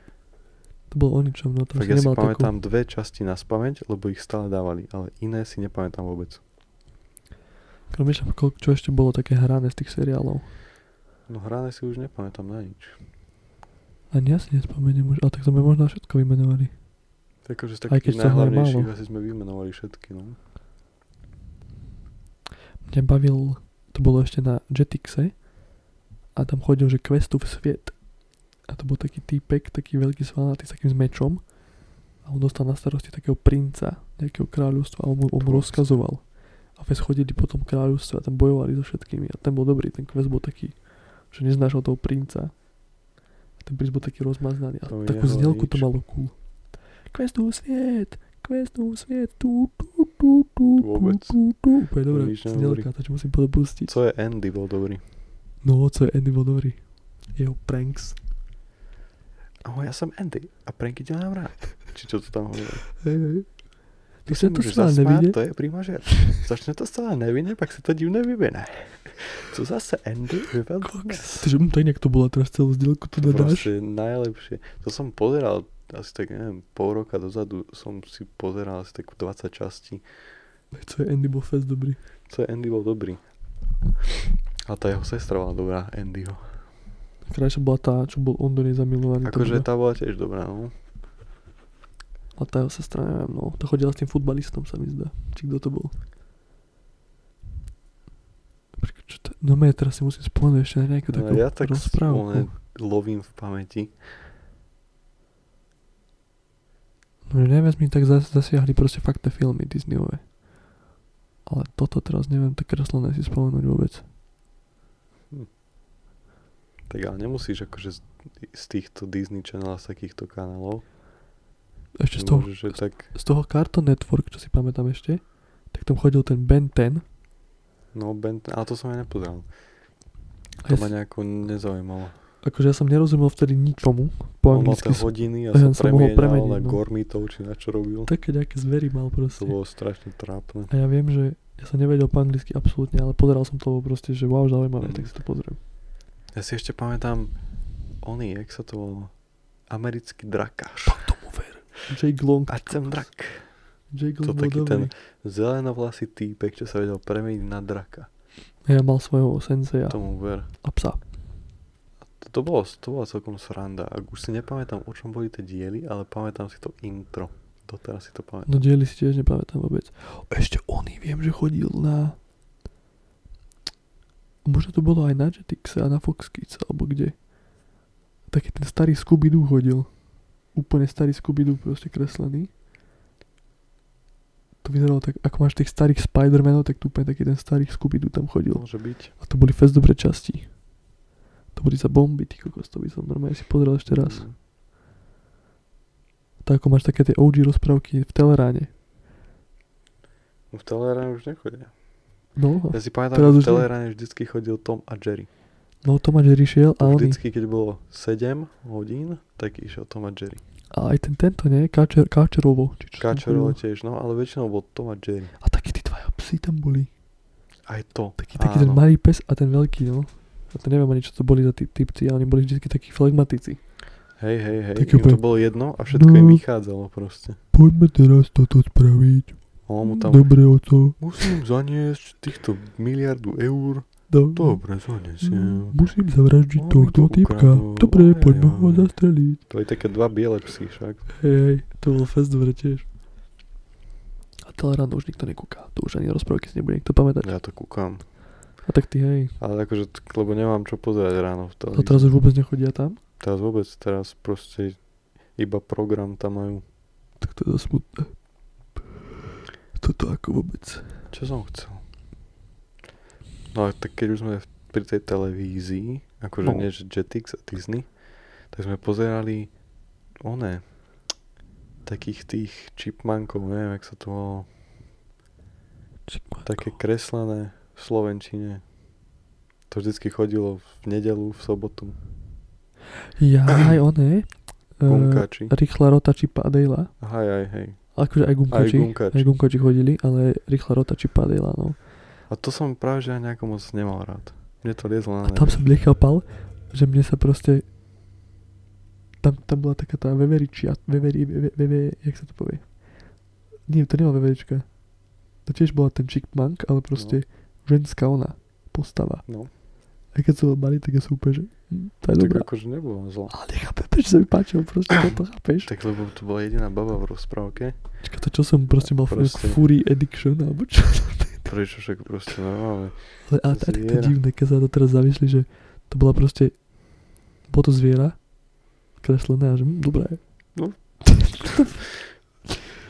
Speaker 1: To bolo o ničom, no tam
Speaker 2: Tak
Speaker 1: si
Speaker 2: ja si
Speaker 1: nemal takú...
Speaker 2: pamätám dve časti na spameť, lebo ich stále dávali, ale iné si nepamätám vôbec.
Speaker 1: Kromýšľam, koľko, čo ešte bolo také hrané z tých seriálov.
Speaker 2: No hrané si už nepamätám na nič.
Speaker 1: Ani ja si nespomeniem už, ale tak sme možno všetko vymenovali.
Speaker 2: Takže akože z
Speaker 1: Aj keď
Speaker 2: takých
Speaker 1: sa hraje málo.
Speaker 2: najhlavnejších asi sme vymenovali všetky. No.
Speaker 1: Mňa bavil, to bolo ešte na Jetixe a tam chodil, že questu v sviet. A to bol taký týpek, taký veľký svalnatý s takým s mečom a on dostal na starosti takého princa nejakého kráľovstva a on mu, on mu
Speaker 2: Proste.
Speaker 1: rozkazoval. A fes chodili po tom kráľovstve a tam bojovali so všetkými a ten bol dobrý, ten quest bol taký, že neznášal toho princa. A ten princ bol taký rozmaznaný a
Speaker 2: To mi
Speaker 1: takú
Speaker 2: nehovorí
Speaker 1: znielku to
Speaker 2: nič.
Speaker 1: malo cool. Questu sviet, questu sviet, tu, tu, tu, tu, tu,
Speaker 2: Vôbec.
Speaker 1: tu, tu. Úplne dobrá
Speaker 2: nič nehovorí.
Speaker 1: znielka, to čo musím pustiť.
Speaker 2: Co je Andy, bol dobrý.
Speaker 1: No, co je Andy bol dobrý. Jeho pranks.
Speaker 2: Ahoj, ja som Andy a pranky delám rád. Či čo to tam hovorí?
Speaker 1: Hej, hej.
Speaker 2: Ty
Speaker 1: To
Speaker 2: sa
Speaker 1: sa tu
Speaker 2: môžeš
Speaker 1: stále
Speaker 2: zasmáť,
Speaker 1: nevidie.
Speaker 2: to je príma žert. Začne to stále nevinne, pak si to divne vyvine. Co zase Andy vyvedl dnes?
Speaker 1: Takže hm, to inak to bola teraz celú zdielku, to dodáš.
Speaker 2: Proste najlepšie. To som pozeral asi tak, neviem, pol roka dozadu som si pozeral asi tak 20 častí.
Speaker 1: Co je Andy bol fest dobrý.
Speaker 2: Co je Andy bol dobrý. A tá jeho sestra bola dobrá, Andyho.
Speaker 1: Krajšia bola tá, čo bol on do nej zamilovaný. to
Speaker 2: Akože
Speaker 1: bola-
Speaker 2: tá bola tiež dobrá, no.
Speaker 1: A tá jeho sestra, neviem, no. To chodila s tým futbalistom, sa mi zdá. Či kto to bol. Počkaj, čo to... No mé, teraz si musím spomenúť ešte na nejakú
Speaker 2: No,
Speaker 1: takú
Speaker 2: ja tak
Speaker 1: rozprávku.
Speaker 2: one, lovím v pamäti.
Speaker 1: No že najviac mi tak zas, zasiahli proste fakt tie filmy Disneyové. Ale toto teraz neviem to kreslené si spomenúť vôbec.
Speaker 2: Tak ale nemusíš akože z, z týchto Disney Channel a z takýchto kanálov.
Speaker 1: Ešte z toho,
Speaker 2: Môžeš, že tak,
Speaker 1: z toho Cartoon Network, čo si pamätám ešte, tak tam chodil ten Ben 10.
Speaker 2: no Ben, ale to som ja nepozeral.
Speaker 1: A
Speaker 2: To
Speaker 1: ja,
Speaker 2: ma
Speaker 1: s-
Speaker 2: nejako nezaujímalo.
Speaker 1: akože ja som nerozumel vtedy ničomu po
Speaker 2: On mal
Speaker 1: anglicky.
Speaker 2: tie
Speaker 1: (laughs) Ho...
Speaker 2: hodiny a
Speaker 1: ja
Speaker 2: sa
Speaker 1: som mohol
Speaker 2: premienal
Speaker 1: premeniť,
Speaker 2: na
Speaker 1: no.
Speaker 2: gormitov, či na čo robil.
Speaker 1: Také nejaké zvery mal
Speaker 2: To
Speaker 1: proste.
Speaker 2: bolo strašne trápne.
Speaker 1: A ja viem, že ja som nevedel po anglicky absolútne, ale pozeral som to proste, že wow, zaujímavé,
Speaker 2: Mm.
Speaker 1: tak si to pozriem.
Speaker 2: Ja si ešte pamätám, oný, jak sa to volalo? Americký drakáš.
Speaker 1: Tomu ver. Jake Long.
Speaker 2: A ten drak.
Speaker 1: Jake
Speaker 2: Mhm. To
Speaker 1: Long bol
Speaker 2: taký
Speaker 1: dobrý.
Speaker 2: ten zelenovlasý týpek, čo sa vedel premeniť na draka.
Speaker 1: Ja mal svojho senseja
Speaker 2: Tomu ver.
Speaker 1: a psa.
Speaker 2: To, to, bolo, to bola celkom sranda. A už si nepamätám, o čom boli tie diely, ale pamätám si to intro. Doteraz si to pamätám.
Speaker 1: No diely si tiež nepamätám vôbec. Ešte oný viem, že chodil na... Možno to bolo aj na Jetix a na Fox Kids, alebo kde. Taký ten starý Scooby-Doo chodil. Úplne starý Scooby-Doo proste kreslený. To vyzeralo tak, ako máš tých starých Spider-Manov, tak tu úplne taký ten starý Scooby-Doo tam chodil.
Speaker 2: Môže byť.
Speaker 1: A to boli fest dobré časti. To boli za bomby, ty kokos, to by som normálne si pozrel ešte raz.
Speaker 2: Mm.
Speaker 1: Tak ako máš také tie OG rozprávky v Teleráne.
Speaker 2: No v Teleráne už nechodia.
Speaker 1: No,
Speaker 2: Ja si pamätám,
Speaker 1: Teraz
Speaker 2: že
Speaker 1: už
Speaker 2: v
Speaker 1: nie.
Speaker 2: Teleráne vždycky chodil Tom a Jerry.
Speaker 1: no Tomáš Jerry šiel a oni.
Speaker 2: Vždycky, keď bolo 7 hodín, tak išiel Tom a Jerry.
Speaker 1: A aj ten tento, nie? Káčer, Káčerovo. Či čo tam
Speaker 2: Kačerov
Speaker 1: chodilo.
Speaker 2: tiež, no ale väčšinou bol Tom a Jerry.
Speaker 1: A takí tí dvaja psi tam boli.
Speaker 2: Aj to.
Speaker 1: Taký, taký ten
Speaker 2: áno.
Speaker 1: malý pes a ten veľký, no. Ja to neviem ani, čo to boli za tí typci, ale oni boli vždy takí flegmatici.
Speaker 2: Hej, hej, hej,
Speaker 1: Taký
Speaker 2: im to
Speaker 1: úplne-
Speaker 2: bolo jedno a všetko im
Speaker 1: No.
Speaker 2: vychádzalo proste.
Speaker 1: Poďme teraz toto spraviť.
Speaker 2: On mu tam,
Speaker 1: Dobre, oco.
Speaker 2: musím zaniesť týchto miliardu eur.
Speaker 1: Do...
Speaker 2: Dobre, zaniesiem.
Speaker 1: Musím zavraždiť
Speaker 2: On mi
Speaker 1: tohto
Speaker 2: to
Speaker 1: typka.
Speaker 2: ukradol.
Speaker 1: Dobre,
Speaker 2: Ajajaj.
Speaker 1: poďme ho zastreliť.
Speaker 2: To je také dva biele psy však.
Speaker 1: Hej, hej, to bol fest dobre tiež. A Teleran už nikto nekúka. To už ani rozprávky si nebude nikto pamätať.
Speaker 2: Ja to kúkam.
Speaker 1: A tak ty, hej.
Speaker 2: Ale akože, t- lebo nemám čo pozerať ráno v
Speaker 1: A
Speaker 2: televízii.
Speaker 1: teraz už vôbec nechodia tam?
Speaker 2: Teraz vôbec, teraz proste iba program tam majú.
Speaker 1: Tak to je dosť smutné. Toto ako vôbec.
Speaker 2: Čo som chcel? No a tak keď už sme v- pri tej televízii, akože
Speaker 1: No.
Speaker 2: no. nie že Jetix a Disney, tak sme pozerali one takých tých chipmankov, neviem, jak sa to volalo,
Speaker 1: Čikmanko.
Speaker 2: také kreslené v Slovenčine. To vždycky chodilo v nedelu, v sobotu.
Speaker 1: Ja, aj
Speaker 2: (clears throat)
Speaker 1: one. Uh,
Speaker 2: Gumkači.
Speaker 1: rýchla rota či padejla.
Speaker 2: Aha, aj, hej.
Speaker 1: Akože aj gumkači.
Speaker 2: Aj gumkači.
Speaker 1: Aj gumkači chodili, ale rýchla rota či padejla, no.
Speaker 2: A to som práve že aj nejako moc nemal rád. Mne to liezlo
Speaker 1: A
Speaker 2: na
Speaker 1: tam
Speaker 2: nervy.
Speaker 1: som nechápal, že mne sa proste... Tam, tam bola taká tá veveričia, veveri, veve, veve, jak sa to povie? Nie, to nebola veverička. To tiež bola ten chipmunk, ale proste ženská ona postava.
Speaker 2: No,
Speaker 1: A keď som bol malý, tak ja som úplne, že hm, to je
Speaker 2: tak
Speaker 1: dobrá.
Speaker 2: akože nebolo zlo.
Speaker 1: Ale nechápem, prečo sa mi páčilo, proste toto, chápeš?
Speaker 2: Tak lebo to bola jediná baba v rozprávke.
Speaker 1: Čaká, to čo som proste mal, proste.
Speaker 2: Proste.
Speaker 1: Fury Addiction, alebo čo?
Speaker 2: Prečo však proste normálne.
Speaker 1: Ale, ale to je také
Speaker 2: Zviera.
Speaker 1: divné, keď sa na to teraz zamýšli, že to bola proste, bolo to zviera, kreslené a že hm, dobré. (laughs)
Speaker 2: No.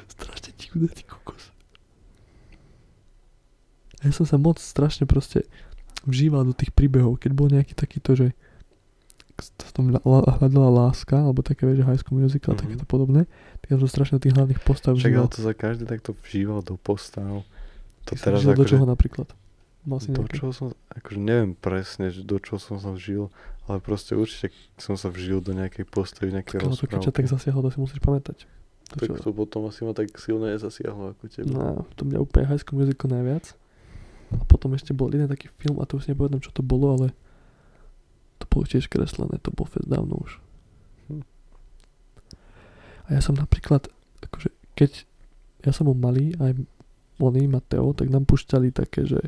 Speaker 1: strašne divné, ty kokos. A ja som sa moc strašne proste vžíval do tých príbehov, keď bol nejaký takýto, že v tom la- la- hľadala láska, alebo také, vieš, že High School Musical,
Speaker 2: Mhm.
Speaker 1: mm-hmm. takéto podobné, tak ja som strašne do tých hlavných postav
Speaker 2: Však ale
Speaker 1: vžíval.
Speaker 2: to sa každý takto vžíval do postav. To
Speaker 1: Ty si
Speaker 2: teraz
Speaker 1: vžil do čoho vlastne
Speaker 2: akože,
Speaker 1: napríklad? Mal si
Speaker 2: do
Speaker 1: nejaké?
Speaker 2: čoho som, akože neviem presne, že do čoho som sa vžil, ale proste určite som sa vžil do nejakej postavy, nejakej
Speaker 1: Keď to keď ťa tak
Speaker 2: rozprávky.
Speaker 1: zasiahlo, to si musíš pamätať. To
Speaker 2: Tak
Speaker 1: čo-
Speaker 2: to potom asi ma tak silno nezasiahlo ako teba.
Speaker 1: No, to mňa úplne High School Musical najviac. A potom ešte bol jeden taký film, a to už si nepovedám, čo to bolo, ale to bolo tiež kreslené, to bolo fest dávno už.
Speaker 2: Hm.
Speaker 1: A ja som napríklad, akože keď ja som bol malý, aj oni, Mateo, tak nám pušťali také, že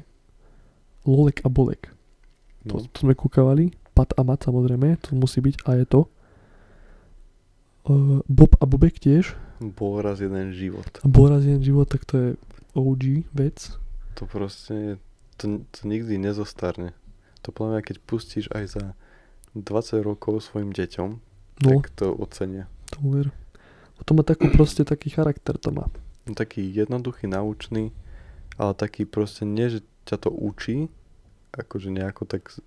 Speaker 1: Lolek a Bolek.
Speaker 2: No,
Speaker 1: To, to sme kúkavali. Pat a Mat samozrejme, to musí byť a je to. Uh, Bob a Bobek tiež.
Speaker 2: bol raz jeden život.
Speaker 1: A bol raz jeden život, tak to je OG vec.
Speaker 2: To proste, to, to nikdy nezostarne. To podľa mňa, keď pustíš aj za 20 rokov svojim deťom,
Speaker 1: No,
Speaker 2: tak to ocenia.
Speaker 1: to uver. A to má
Speaker 2: (clears throat)
Speaker 1: takú proste taký charakter to má.
Speaker 2: No, taký jednoduchý, naučný, ale taký proste nie, že ťa to učí, akože nejako tak z-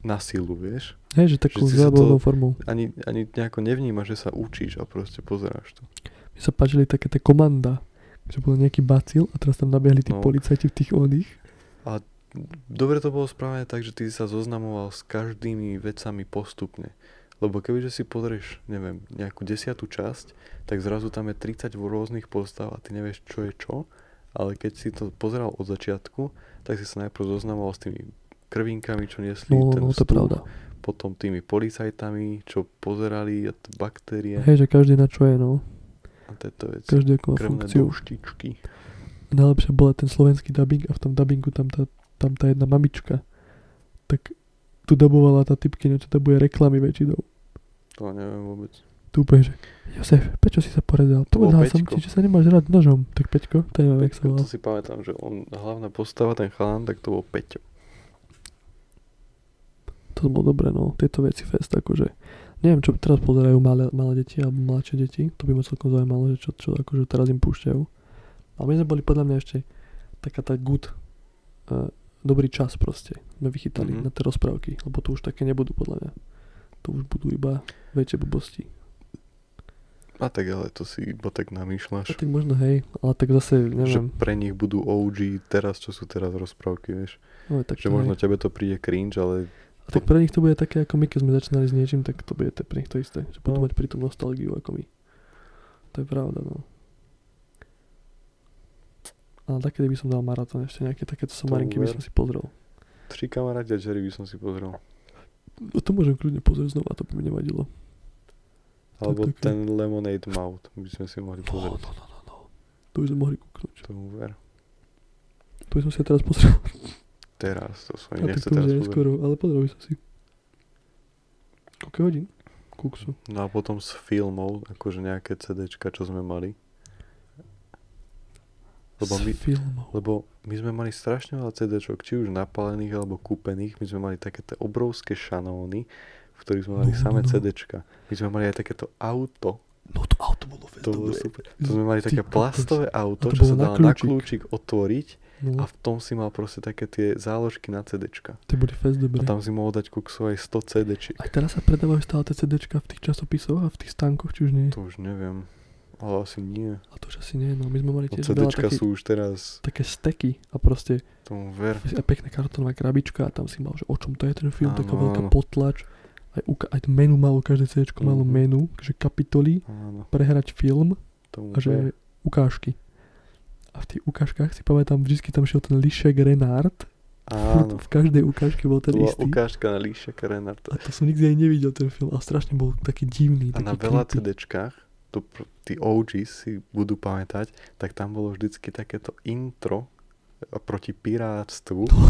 Speaker 2: na silu, vieš.
Speaker 1: Hej, že takou
Speaker 2: Že si sa
Speaker 1: zábavnou formou.
Speaker 2: Ani, ani nejako nevnímaš, že sa učíš a proste pozeráš to.
Speaker 1: Mi sa páčili také tie komanda, že bol nejaký bacil a teraz tam nabiehli tí
Speaker 2: No.
Speaker 1: policajti v tých oných.
Speaker 2: Dobre to bolo spravené tak, že ty si sa zoznamoval s každými vecami postupne. Lebo kebyže si pozrieš, neviem, nejakú desiatú časť, tak zrazu tam je 30 rôznych postav a ty nevieš, čo je čo. Ale keď si to pozeral od začiatku, tak si sa najprv zoznamoval s tými krvinkami, čo niesli
Speaker 1: No,
Speaker 2: ten
Speaker 1: no, to je
Speaker 2: vstup,
Speaker 1: pravda.
Speaker 2: potom tými policajtami, čo pozerali, a t- baktérie
Speaker 1: Hej, že každý na čo je, no.
Speaker 2: a tieto veci.
Speaker 1: Každý ako má
Speaker 2: Krvné
Speaker 1: funkciu.
Speaker 2: douštičky.
Speaker 1: najlepšia bola ten slovenský dubbing a v tom dubbingu tam tá, tam tá jedna mamička, tak tu dabovala tá typkina, čo dabuje reklamy väčšinou.
Speaker 2: To neviem vôbec.
Speaker 1: Tu úplne, že Josef, Peťo si sa porezal,
Speaker 2: To bol
Speaker 1: povedal som
Speaker 2: Peťko.
Speaker 1: ti, že sa nemáš rád nožom. Tak Peťko, to neviem, jak sa
Speaker 2: Peťko,
Speaker 1: volal.
Speaker 2: to si pamätám, že on, hlavná postava, ten chalán, tak to bol Peťo.
Speaker 1: To bolo dobre, no, tieto veci fest, akože. Neviem, čo teraz pozerajú malé, malé deti alebo mladšie deti, to by ma celkom zaujímalo, že čo, čo akože teraz im púšťajú. Ale my sme boli podľa mňa ešte taká tá good, uh, dobrý čas proste, sme vychytali mm-hmm.
Speaker 2: Mhm.
Speaker 1: na tie rozprávky, lebo to už také nebudú podľa mňa. To už budú iba väčšie blbosti.
Speaker 2: A tak ale to si iba tak
Speaker 1: A
Speaker 2: namýšľaš.
Speaker 1: tak možno hej, ale tak zase
Speaker 2: Že
Speaker 1: neviem.
Speaker 2: pre nich budú OG teraz, čo sú teraz rozprávky, vieš.
Speaker 1: No, tak to
Speaker 2: Že možno
Speaker 1: hej.
Speaker 2: tebe to príde cringe, ale
Speaker 1: A tak pre nich to bude také, ako my keď sme začínali s niečím, tak to bude te- pre nich to isté. Že budú
Speaker 2: No.
Speaker 1: mať pri tom nostalgiu ako my. To je pravda, no. Ale takedy by som dal maratón, ešte nejaké takéto somarinky by
Speaker 2: ver.
Speaker 1: som si pozrel.
Speaker 2: Tri kamaráti a Jerry by som si pozrel.
Speaker 1: No, to môžem kľudne pozrieť znova, to by mi nevadilo.
Speaker 2: Alebo
Speaker 1: také.
Speaker 2: ten Lemonade Mouth by sme si mohli
Speaker 1: No, no,
Speaker 2: pozrieť.
Speaker 1: no, no, no. To by sme mohli kúknúť.
Speaker 2: Tomu ver.
Speaker 1: To by som si ja teraz pozrel.
Speaker 2: Teraz, to
Speaker 1: A
Speaker 2: som
Speaker 1: tak
Speaker 2: nechce
Speaker 1: to už
Speaker 2: teraz
Speaker 1: je
Speaker 2: pozrieť.
Speaker 1: neskoro, ale pozrel by som si. Koľko hodín? Kuksu.
Speaker 2: No a potom s filmov, akože nejaké CDčka, čo sme mali. Lebo my,
Speaker 1: Z filmov.
Speaker 2: Lebo my sme mali strašne veľa CDčok, či už napálených alebo kúpených. My sme mali také tie obrovské šanóny, v ktorých sme mali
Speaker 1: No,
Speaker 2: samé
Speaker 1: no.
Speaker 2: CDčka. My sme mali aj takéto auto.
Speaker 1: No to auto bolo veľmi
Speaker 2: To bolo
Speaker 1: dobré.
Speaker 2: super. To sme mali
Speaker 1: Ty
Speaker 2: také
Speaker 1: kokos.
Speaker 2: plastové
Speaker 1: A
Speaker 2: auto,
Speaker 1: to
Speaker 2: čo sa
Speaker 1: bolo na
Speaker 2: dalo na
Speaker 1: kľúčik.
Speaker 2: kľúčik otvoriť a
Speaker 1: No,
Speaker 2: v tom si mal proste také tie záložky na CDčka.
Speaker 1: to bude fest
Speaker 2: A
Speaker 1: dobré.
Speaker 2: tam si mohol dať kuksu aj 100 CDčiek.
Speaker 1: Aj teraz sa predávajú stále tie CDčka v tých časopisoch a v tých stánkoch, či už nie.
Speaker 2: To už neviem. Ale asi nie.
Speaker 1: A to už asi nie, no my sme mali
Speaker 2: No
Speaker 1: tiež veľa
Speaker 2: CDčka
Speaker 1: také,
Speaker 2: sú už teraz
Speaker 1: také steky a proste
Speaker 2: tomu ver.
Speaker 1: aj pekná kartonová krabička a tam si mal, že o čom to je ten film, taká
Speaker 2: Áno,
Speaker 1: veľká
Speaker 2: áno.
Speaker 1: potlač. Aj, uka- aj menu malo, každé CDčko malo
Speaker 2: Mhm.
Speaker 1: menu, že kapitoly,
Speaker 2: Áno,
Speaker 1: prehrať film
Speaker 2: tomu
Speaker 1: a
Speaker 2: ver.
Speaker 1: že ukážky. A v tých ukážkach si pamätám, vždycky tam šiel ten Lišek Renard. (laughs)
Speaker 2: Áno.
Speaker 1: V každej ukážke bol
Speaker 2: To
Speaker 1: ten
Speaker 2: bola
Speaker 1: istý.
Speaker 2: ukážka na Líšaka Renarta.
Speaker 1: A to som nikdy aj nevidel ten film a strašne bol taký divný,
Speaker 2: A
Speaker 1: taký
Speaker 2: na veľa
Speaker 1: creepy.
Speaker 2: CDčkách, to pr- tí OGs si budú pamätať, tak tam bolo vždycky takéto intro e, proti
Speaker 1: (laughs)
Speaker 2: pirátstvu,
Speaker 1: No,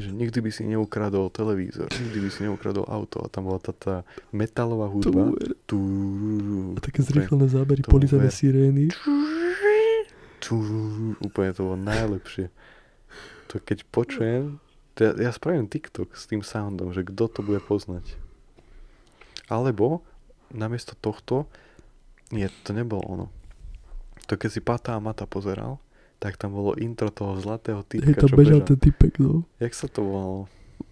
Speaker 2: že nikdy by si neukradol televízor, nikdy by si neukradol auto a tam bola tá, tá metalová
Speaker 1: To
Speaker 2: hudba.
Speaker 1: bol- a
Speaker 2: Tururú,
Speaker 1: také
Speaker 2: úplne-
Speaker 1: zrýchlené zábery,
Speaker 2: to bol
Speaker 1: polizané
Speaker 2: ver.
Speaker 1: sirény.
Speaker 2: tururú, Úplne to bolo najlepšie. To keď počujem, to ja, ja spravím TikTok s tým soundom, že kto to bude poznať. Alebo namiesto tohto, nie, to nebolo ono. To keď si Pata a Mata pozeral, tak tam bolo intro toho zlatého
Speaker 1: Hej,
Speaker 2: týpka,
Speaker 1: tam
Speaker 2: čo
Speaker 1: bežal
Speaker 2: bežal.
Speaker 1: ten typek, no.
Speaker 2: Jak sa to volalo?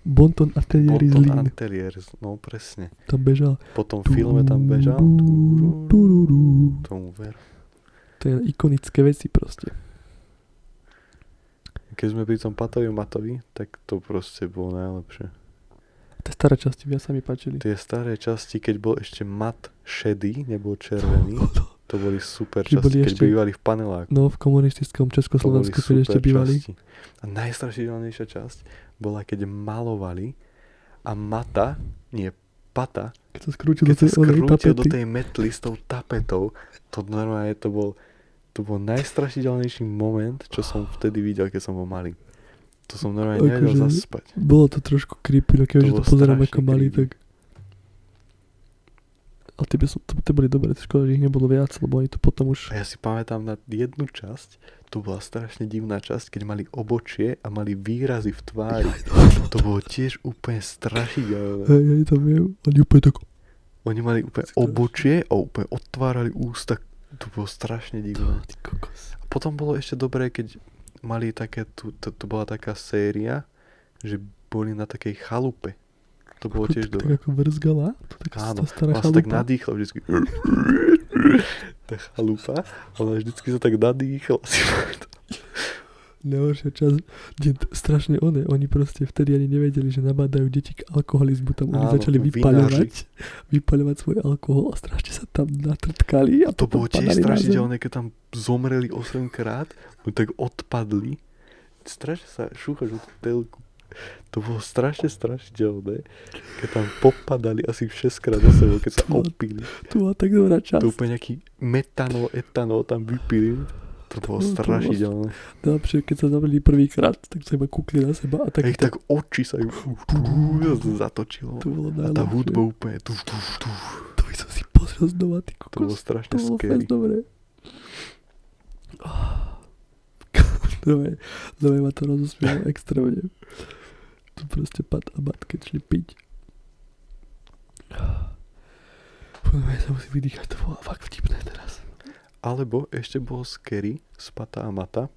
Speaker 1: Bonton Atelier
Speaker 2: Bol to
Speaker 1: Zlín.
Speaker 2: Atelier, no presne.
Speaker 1: Tam bežal.
Speaker 2: Po tom filme tam bežal.
Speaker 1: Turú, turú.
Speaker 2: Tomu ver.
Speaker 1: To je ikonické veci proste.
Speaker 2: Keď sme pri tom Patovi Matovi, tak to proste bolo najlepšie.
Speaker 1: Tie staré časti viac sa mi páčili.
Speaker 2: Tie staré časti, keď bol ešte mat šedý, nebol červený, to boli super
Speaker 1: Keď
Speaker 2: časti,
Speaker 1: boli
Speaker 2: keď
Speaker 1: ešte-
Speaker 2: bývali v paneláku.
Speaker 1: No, v komunistickom
Speaker 2: To boli
Speaker 1: Československu, keď ešte
Speaker 2: super
Speaker 1: bývali.
Speaker 2: časti. A najstrašidelnejšia časť bola, keď malovali a mata, nie, pata,
Speaker 1: Keď sa skrútil do
Speaker 2: keď sa
Speaker 1: tej onej
Speaker 2: skrútil do
Speaker 1: tapety.
Speaker 2: tej metly s tou tapetou, to normálne to bol, to bol najstrašidelnejší moment, čo som vtedy videl, keď som ho malý. To som normálne
Speaker 1: Akože-
Speaker 2: nevedel zaspať.
Speaker 1: Bolo to trošku creepy, no keďže to, to
Speaker 2: bolo
Speaker 1: pozerám
Speaker 2: strašne
Speaker 1: ako malý,
Speaker 2: creepy.
Speaker 1: tak... A tie, by som, to, tie boli dobré, to škoda, že ich nebolo viac, lebo oni to potom už...
Speaker 2: A ja si pamätám na jednu časť, to bola strašne divná časť, keď mali obočie a mali výrazy v tvári. To bolo tiež úplne strašidelné.
Speaker 1: Hej, hej, tam je, oni úplne tak...
Speaker 2: Oni mali úplne obočie a úplne otvárali ústa. To bolo strašne divné.
Speaker 1: Ty kokos.
Speaker 2: A potom bolo ešte dobré, keď mali také, tu, to, to bola taká séria, že boli na takej chalupe. To bolo
Speaker 1: Ako-
Speaker 2: tiež
Speaker 1: tak-
Speaker 2: dobré.
Speaker 1: Tak ako vrzgala, to taká Áno,
Speaker 2: Áno,
Speaker 1: stará
Speaker 2: ona sa tak
Speaker 1: chalupa.
Speaker 2: nadýchla vždycky. (laughs) Tá chalupa, ona vždycky sa tak nadýchla. Si pamätám.
Speaker 1: Najhoršia časť, kde t- strašne one, oni proste vtedy ani nevedeli, že nabádajú deti k alkoholizmu, tam oni
Speaker 2: Áno,
Speaker 1: začali
Speaker 2: vinári.
Speaker 1: vypaľovať, vypaľovať svoj alkohol a strašne sa tam natrtkali a
Speaker 2: A to
Speaker 1: potom
Speaker 2: bolo tiež
Speaker 1: padali na zem.
Speaker 2: strašidelné, keď tam zomreli 8 krát, oni tak odpadli. Strašne sa šúchaš od telku. To bolo strašne strašidelné, keď tam popadali asi 6 krát za sebou, keď sa
Speaker 1: To-
Speaker 2: opili.
Speaker 1: To bola tak dobrá časť.
Speaker 2: To úplne nejaký metanol, etanol tam vypili. To
Speaker 1: No, To- to bolo-
Speaker 2: bolo strašidelné.
Speaker 1: Najlepšie, No keď sa zavreli prvýkrát, tak sa iba kúkli na seba a tak...
Speaker 2: Tak, tak oči sa im zatočilo.
Speaker 1: To bolo
Speaker 2: A
Speaker 1: najlepšie.
Speaker 2: tá hudba úplne... Tu, tu, tu.
Speaker 1: To by som si pozrel znova, ty
Speaker 2: To bolo
Speaker 1: kokos.
Speaker 2: strašne
Speaker 1: To bolo
Speaker 2: scary.
Speaker 1: fakt dobré. Ah. (laughs) Dobre, dobre ma to rozosmialo extrémne. To proste pat a bat, keď šli piť. Poďme, no, sa musím vydýchať, to bolo fakt vtipné teda. teraz.
Speaker 2: Alebo ešte bolo scary z Pata a Mata.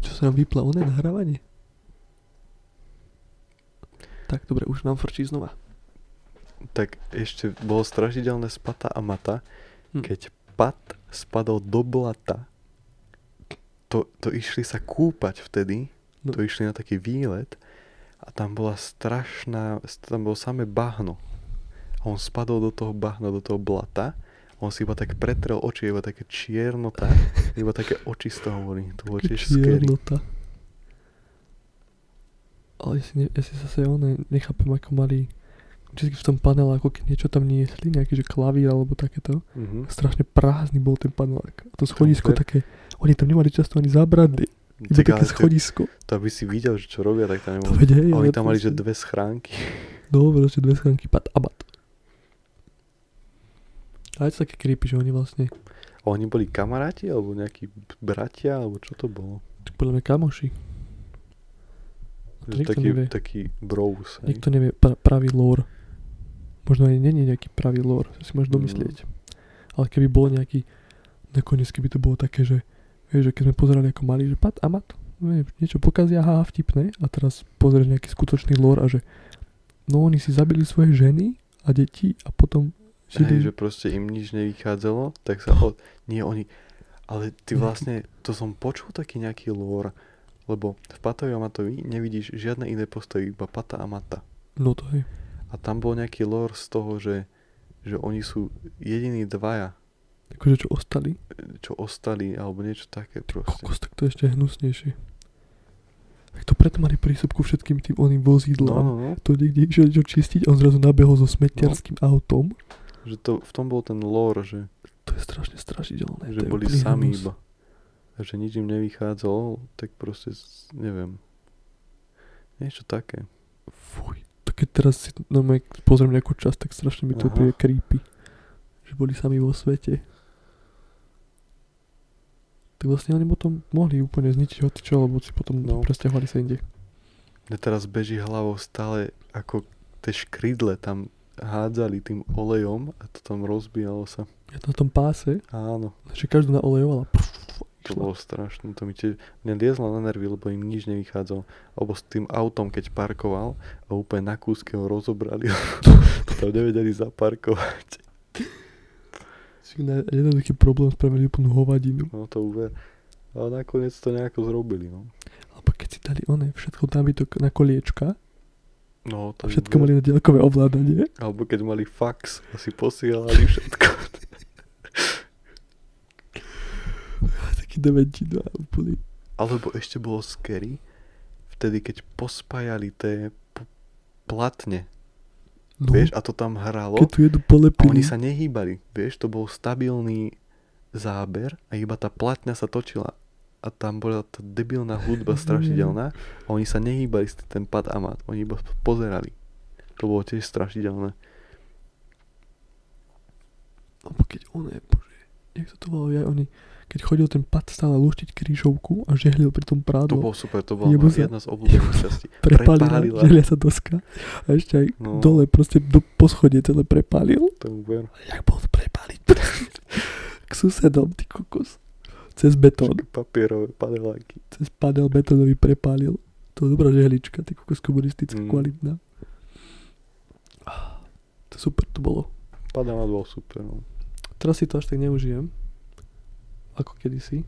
Speaker 1: Čo sa nám vypla, oné nahrávanie? Tak, dobre, už nám frčí znova.
Speaker 2: tak ešte bolo strašidelné z Pata a Mata,
Speaker 1: Hm.
Speaker 2: keď Pat spadol do blata, to, to išli sa kúpať vtedy,
Speaker 1: No.
Speaker 2: to išli na taký výlet a tam bola strašná, tam bolo samé bahno. A on spadol do toho bahna, do toho blata, on si iba tak pretrel oči, iba také
Speaker 1: (laughs)
Speaker 2: čiernota, iba také oči z toho boli. To bolo tiež scary.
Speaker 1: Čiernota. Ale ja si, ne, ja si zase one nechápem, ako mali vždy v tom panele, ako keď niečo tam niesli, nejaký že klavír alebo takéto.
Speaker 2: Mhm.
Speaker 1: Strašne prázdny bol ten panelák. A to schodisko
Speaker 2: Super.
Speaker 1: také, oni tam nemali často ani zábrady. Iba
Speaker 2: Cik,
Speaker 1: také
Speaker 2: ale to,
Speaker 1: schodisko.
Speaker 2: to aby si videl, že čo robia, tak tam
Speaker 1: To
Speaker 2: nemohli.
Speaker 1: vedie,
Speaker 2: A Oni tam mali, že dve schránky.
Speaker 1: Dobre, že dve schránky pat a bat. Ale je to také creepy, že oni vlastne,
Speaker 2: A oni boli kamaráti, alebo nejakí b- bratia, alebo čo to bolo?
Speaker 1: či podľa mňa kamoši. A to
Speaker 2: Že
Speaker 1: nikto
Speaker 2: taký,
Speaker 1: nevie.
Speaker 2: taký bros. hej?
Speaker 1: Nikto nevie pra- pravý lore. Možno aj není nejaký pravý lore, čo si môžeš
Speaker 2: Mm.
Speaker 1: domyslieť. Ale keby bol nejaký, nakoniec keby to bolo také, že, vieš, že keď sme pozerali ako mali, že pat a mat, vieš, niečo pokazia, haha, vtipné. A teraz pozrieš nejaký skutočný lore a že, no oni si zabili svoje ženy a deti a potom
Speaker 2: Hej,
Speaker 1: žili.
Speaker 2: že proste im nič nevychádzalo, tak sa... O, nie, oni... Ale ty
Speaker 1: Nejaký-
Speaker 2: vlastne, to som počul taký nejaký lore, lebo v Patovi a Matovi nevidíš žiadne iné postavy, iba Pata a Mata.
Speaker 1: No to je.
Speaker 2: A tam bol nejaký lore z toho, že, že oni sú jediní dvaja,
Speaker 1: Akože čo ostali.
Speaker 2: čo ostali, alebo niečo také proste.
Speaker 1: Kokos, tak to je ešte hnusnejšie. Tak to preto mali prístup ku všetkým tým oným
Speaker 2: No,
Speaker 1: vozidlám.
Speaker 2: no, no.
Speaker 1: To niekde išiel čo čistiť a on zrazu nabehol so smetiarským autom.
Speaker 2: Že to, v tom bol ten lore, že,
Speaker 1: To je strašne strašidelné. to je
Speaker 2: že boli
Speaker 1: úplný
Speaker 2: sami
Speaker 1: hnus.
Speaker 2: iba. A že nič im nevychádzalo, tak proste, s- neviem. Niečo také.
Speaker 1: Fuj. To keď teraz si no, pozriem nejakú časť, tak strašne mi to
Speaker 2: Aha.
Speaker 1: príde creepy. Že boli sami vo svete. Tak vlastne oni potom mohli úplne zničiť hotičo, lebo si potom no.
Speaker 2: No.
Speaker 1: presťahovali sa inde.
Speaker 2: Mne teraz beží hlavou stále, ako tie škrydle tam hádzali tým olejom a to tam rozbíjalo sa.
Speaker 1: Ja na tom páse,
Speaker 2: Áno,
Speaker 1: že každú naolejovala. Prf,
Speaker 2: to
Speaker 1: Išlo.
Speaker 2: bolo strašné. To mi tiež, mňa liezlo na nervy, lebo im nič nevychádzalo. Alebo s tým autom, keď parkoval a úplne na kúske ho rozobrali. (laughs) to tam nevedeli zaparkovať.
Speaker 1: si na jednoduchý problém spravili úplnú hovadinu.
Speaker 2: No to uver. Ale nakoniec to nejako zrobili, no.
Speaker 1: Alebo keď si dali one, všetko nábytok na koliečka a
Speaker 2: No, to
Speaker 1: všetko
Speaker 2: uver.
Speaker 1: mali na diaľkové ovládanie.
Speaker 2: Alebo keď mali fax a si posielali všetko.
Speaker 1: A taký deventina úplný.
Speaker 2: (laughs) Alebo ešte bolo scary, vtedy keď pospájali tie p- platne,
Speaker 1: No,
Speaker 2: vieš, a to tam hralo
Speaker 1: keď tu jednu
Speaker 2: a oni
Speaker 1: polepili.
Speaker 2: sa nehýbali, vieš, to bol stabilný záber a iba tá platňa sa točila a tam bola tá debilná
Speaker 1: (laughs)
Speaker 2: hudba strašidelná a oni sa nehýbali s ten pad a mat, oni iba pozerali. To bolo tiež strašidelné.
Speaker 1: Alebo keď one, bože, jak sa to volalo, ja, oni, keď chodil ten pad stále luštiť krížovku a žehlil pri tom
Speaker 2: To
Speaker 1: prádlo.
Speaker 2: bolo super, to bola
Speaker 1: Jebu
Speaker 2: moja
Speaker 1: No. sa-
Speaker 2: jedna z obľúbených častí.
Speaker 1: Prepálila,
Speaker 2: Prepálila.
Speaker 1: žehlia sa doska a ešte aj
Speaker 2: No.
Speaker 1: dole proste do poschodie celé prepálil.
Speaker 2: To uver.
Speaker 1: Jak bol to
Speaker 2: (laughs)
Speaker 1: prepáliť? K susedom, ty kokos. Cez betón.
Speaker 2: Všetky Papierové paneláky.
Speaker 1: cez panel betónový prepálil. To je dobrá žehlička, ty kokos komunistická,
Speaker 2: Mm.
Speaker 1: kvalitná. Ah, To super to bolo.
Speaker 2: Padamat bol super. No.
Speaker 1: Teraz si to až tak neužijem, ako kedysi.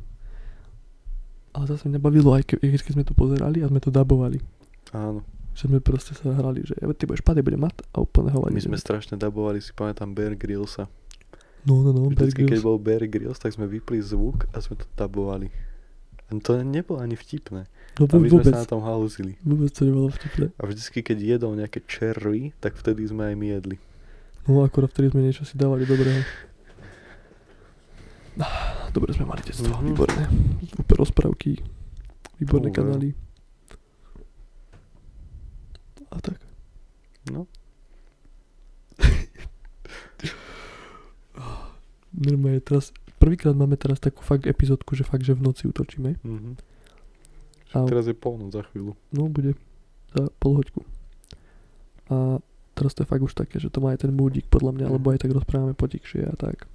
Speaker 1: Ale zase mňa bavilo, aj ke, keď sme to pozerali a sme to dabovali.
Speaker 2: Áno.
Speaker 1: Že sme proste sa hrali, že ja, ty budeš pade, bude mat a úplne hovadí.
Speaker 2: My sme strašne dabovali, si pamätám Bear Grillsa.
Speaker 1: No, no, no, Bear
Speaker 2: Vždycky, keď
Speaker 1: Grylls.
Speaker 2: bol Bear Grylls, tak sme vypli zvuk a sme to dabovali. A to nebolo ani vtipné.
Speaker 1: No
Speaker 2: A my sme
Speaker 1: vôbec,
Speaker 2: sa na tom halúzili.
Speaker 1: vôbec to nebolo vtipné.
Speaker 2: A vždycky, keď jedol nejaké červy, tak vtedy sme aj my jedli.
Speaker 1: No akurát vtedy sme niečo si dávali dobrého. Ah, Dobre sme mali detstvo,
Speaker 2: Mhm.
Speaker 1: mm-hmm. výborné. Super rozprávky, výborné kanály.
Speaker 2: Dobre.
Speaker 1: A tak.
Speaker 2: No.
Speaker 1: (laughs) Normálne teraz, prvýkrát máme teraz takú fakt epizódku, že fakt, že v noci utočíme.
Speaker 2: Mhm.
Speaker 1: A
Speaker 2: Teraz je polnoc za chvíľu.
Speaker 1: no, bude za pol hoďku. A teraz to je fakt už také, že to má aj ten múdik podľa mňa,
Speaker 2: Mhm.
Speaker 1: lebo aj tak rozprávame potichšie a tak.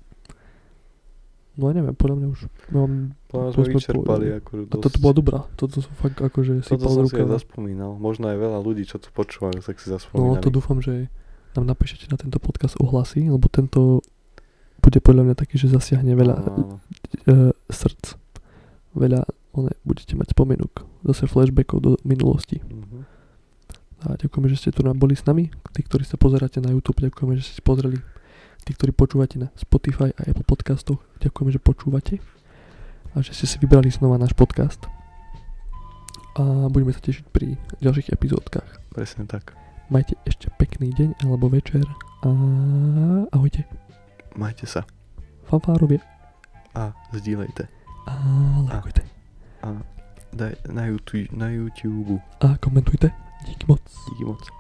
Speaker 1: No ja neviem, podľa mňa už mám...
Speaker 2: Podľa mňa
Speaker 1: to
Speaker 2: sme
Speaker 1: sme
Speaker 2: vyčerpali.
Speaker 1: povedali.
Speaker 2: Akože
Speaker 1: A toto bola dobrá, toto som fakt akože
Speaker 2: Toto
Speaker 1: sypal
Speaker 2: som
Speaker 1: z
Speaker 2: si aj
Speaker 1: rukava.
Speaker 2: zaspomínal. Možno aj veľa ľudí, čo to počúvajú, tak si
Speaker 1: No
Speaker 2: zaspomínali.
Speaker 1: to dúfam, že nám napíšete na tento podcast ohlasy, lebo tento bude podľa mňa taký, že zasiahne veľa
Speaker 2: Áno.
Speaker 1: e, srdc. Veľa, one, budete mať spomienok, zase flashbackov do minulosti.
Speaker 2: Mhm.
Speaker 1: A ďakujeme, že ste tu nám boli s nami. Tí, ktorí sa pozeráte na YouTube, ďakujeme, že ste si pozreli. Tí, ktorí počúvate na Spotify a Apple podcastoch, ďakujeme, že počúvate a že ste si vybrali znova náš podcast. A budeme sa tešiť pri ďalších epizódkach.
Speaker 2: Presne tak.
Speaker 1: Majte ešte pekný deň alebo večer a ahojte.
Speaker 2: Majte sa
Speaker 1: Fanfárovia
Speaker 2: a zdieľajte.
Speaker 1: a lajkujte
Speaker 2: Daj, na, YouTube, na YouTube.
Speaker 1: a komentujte. Díky moc.
Speaker 2: Díky moc.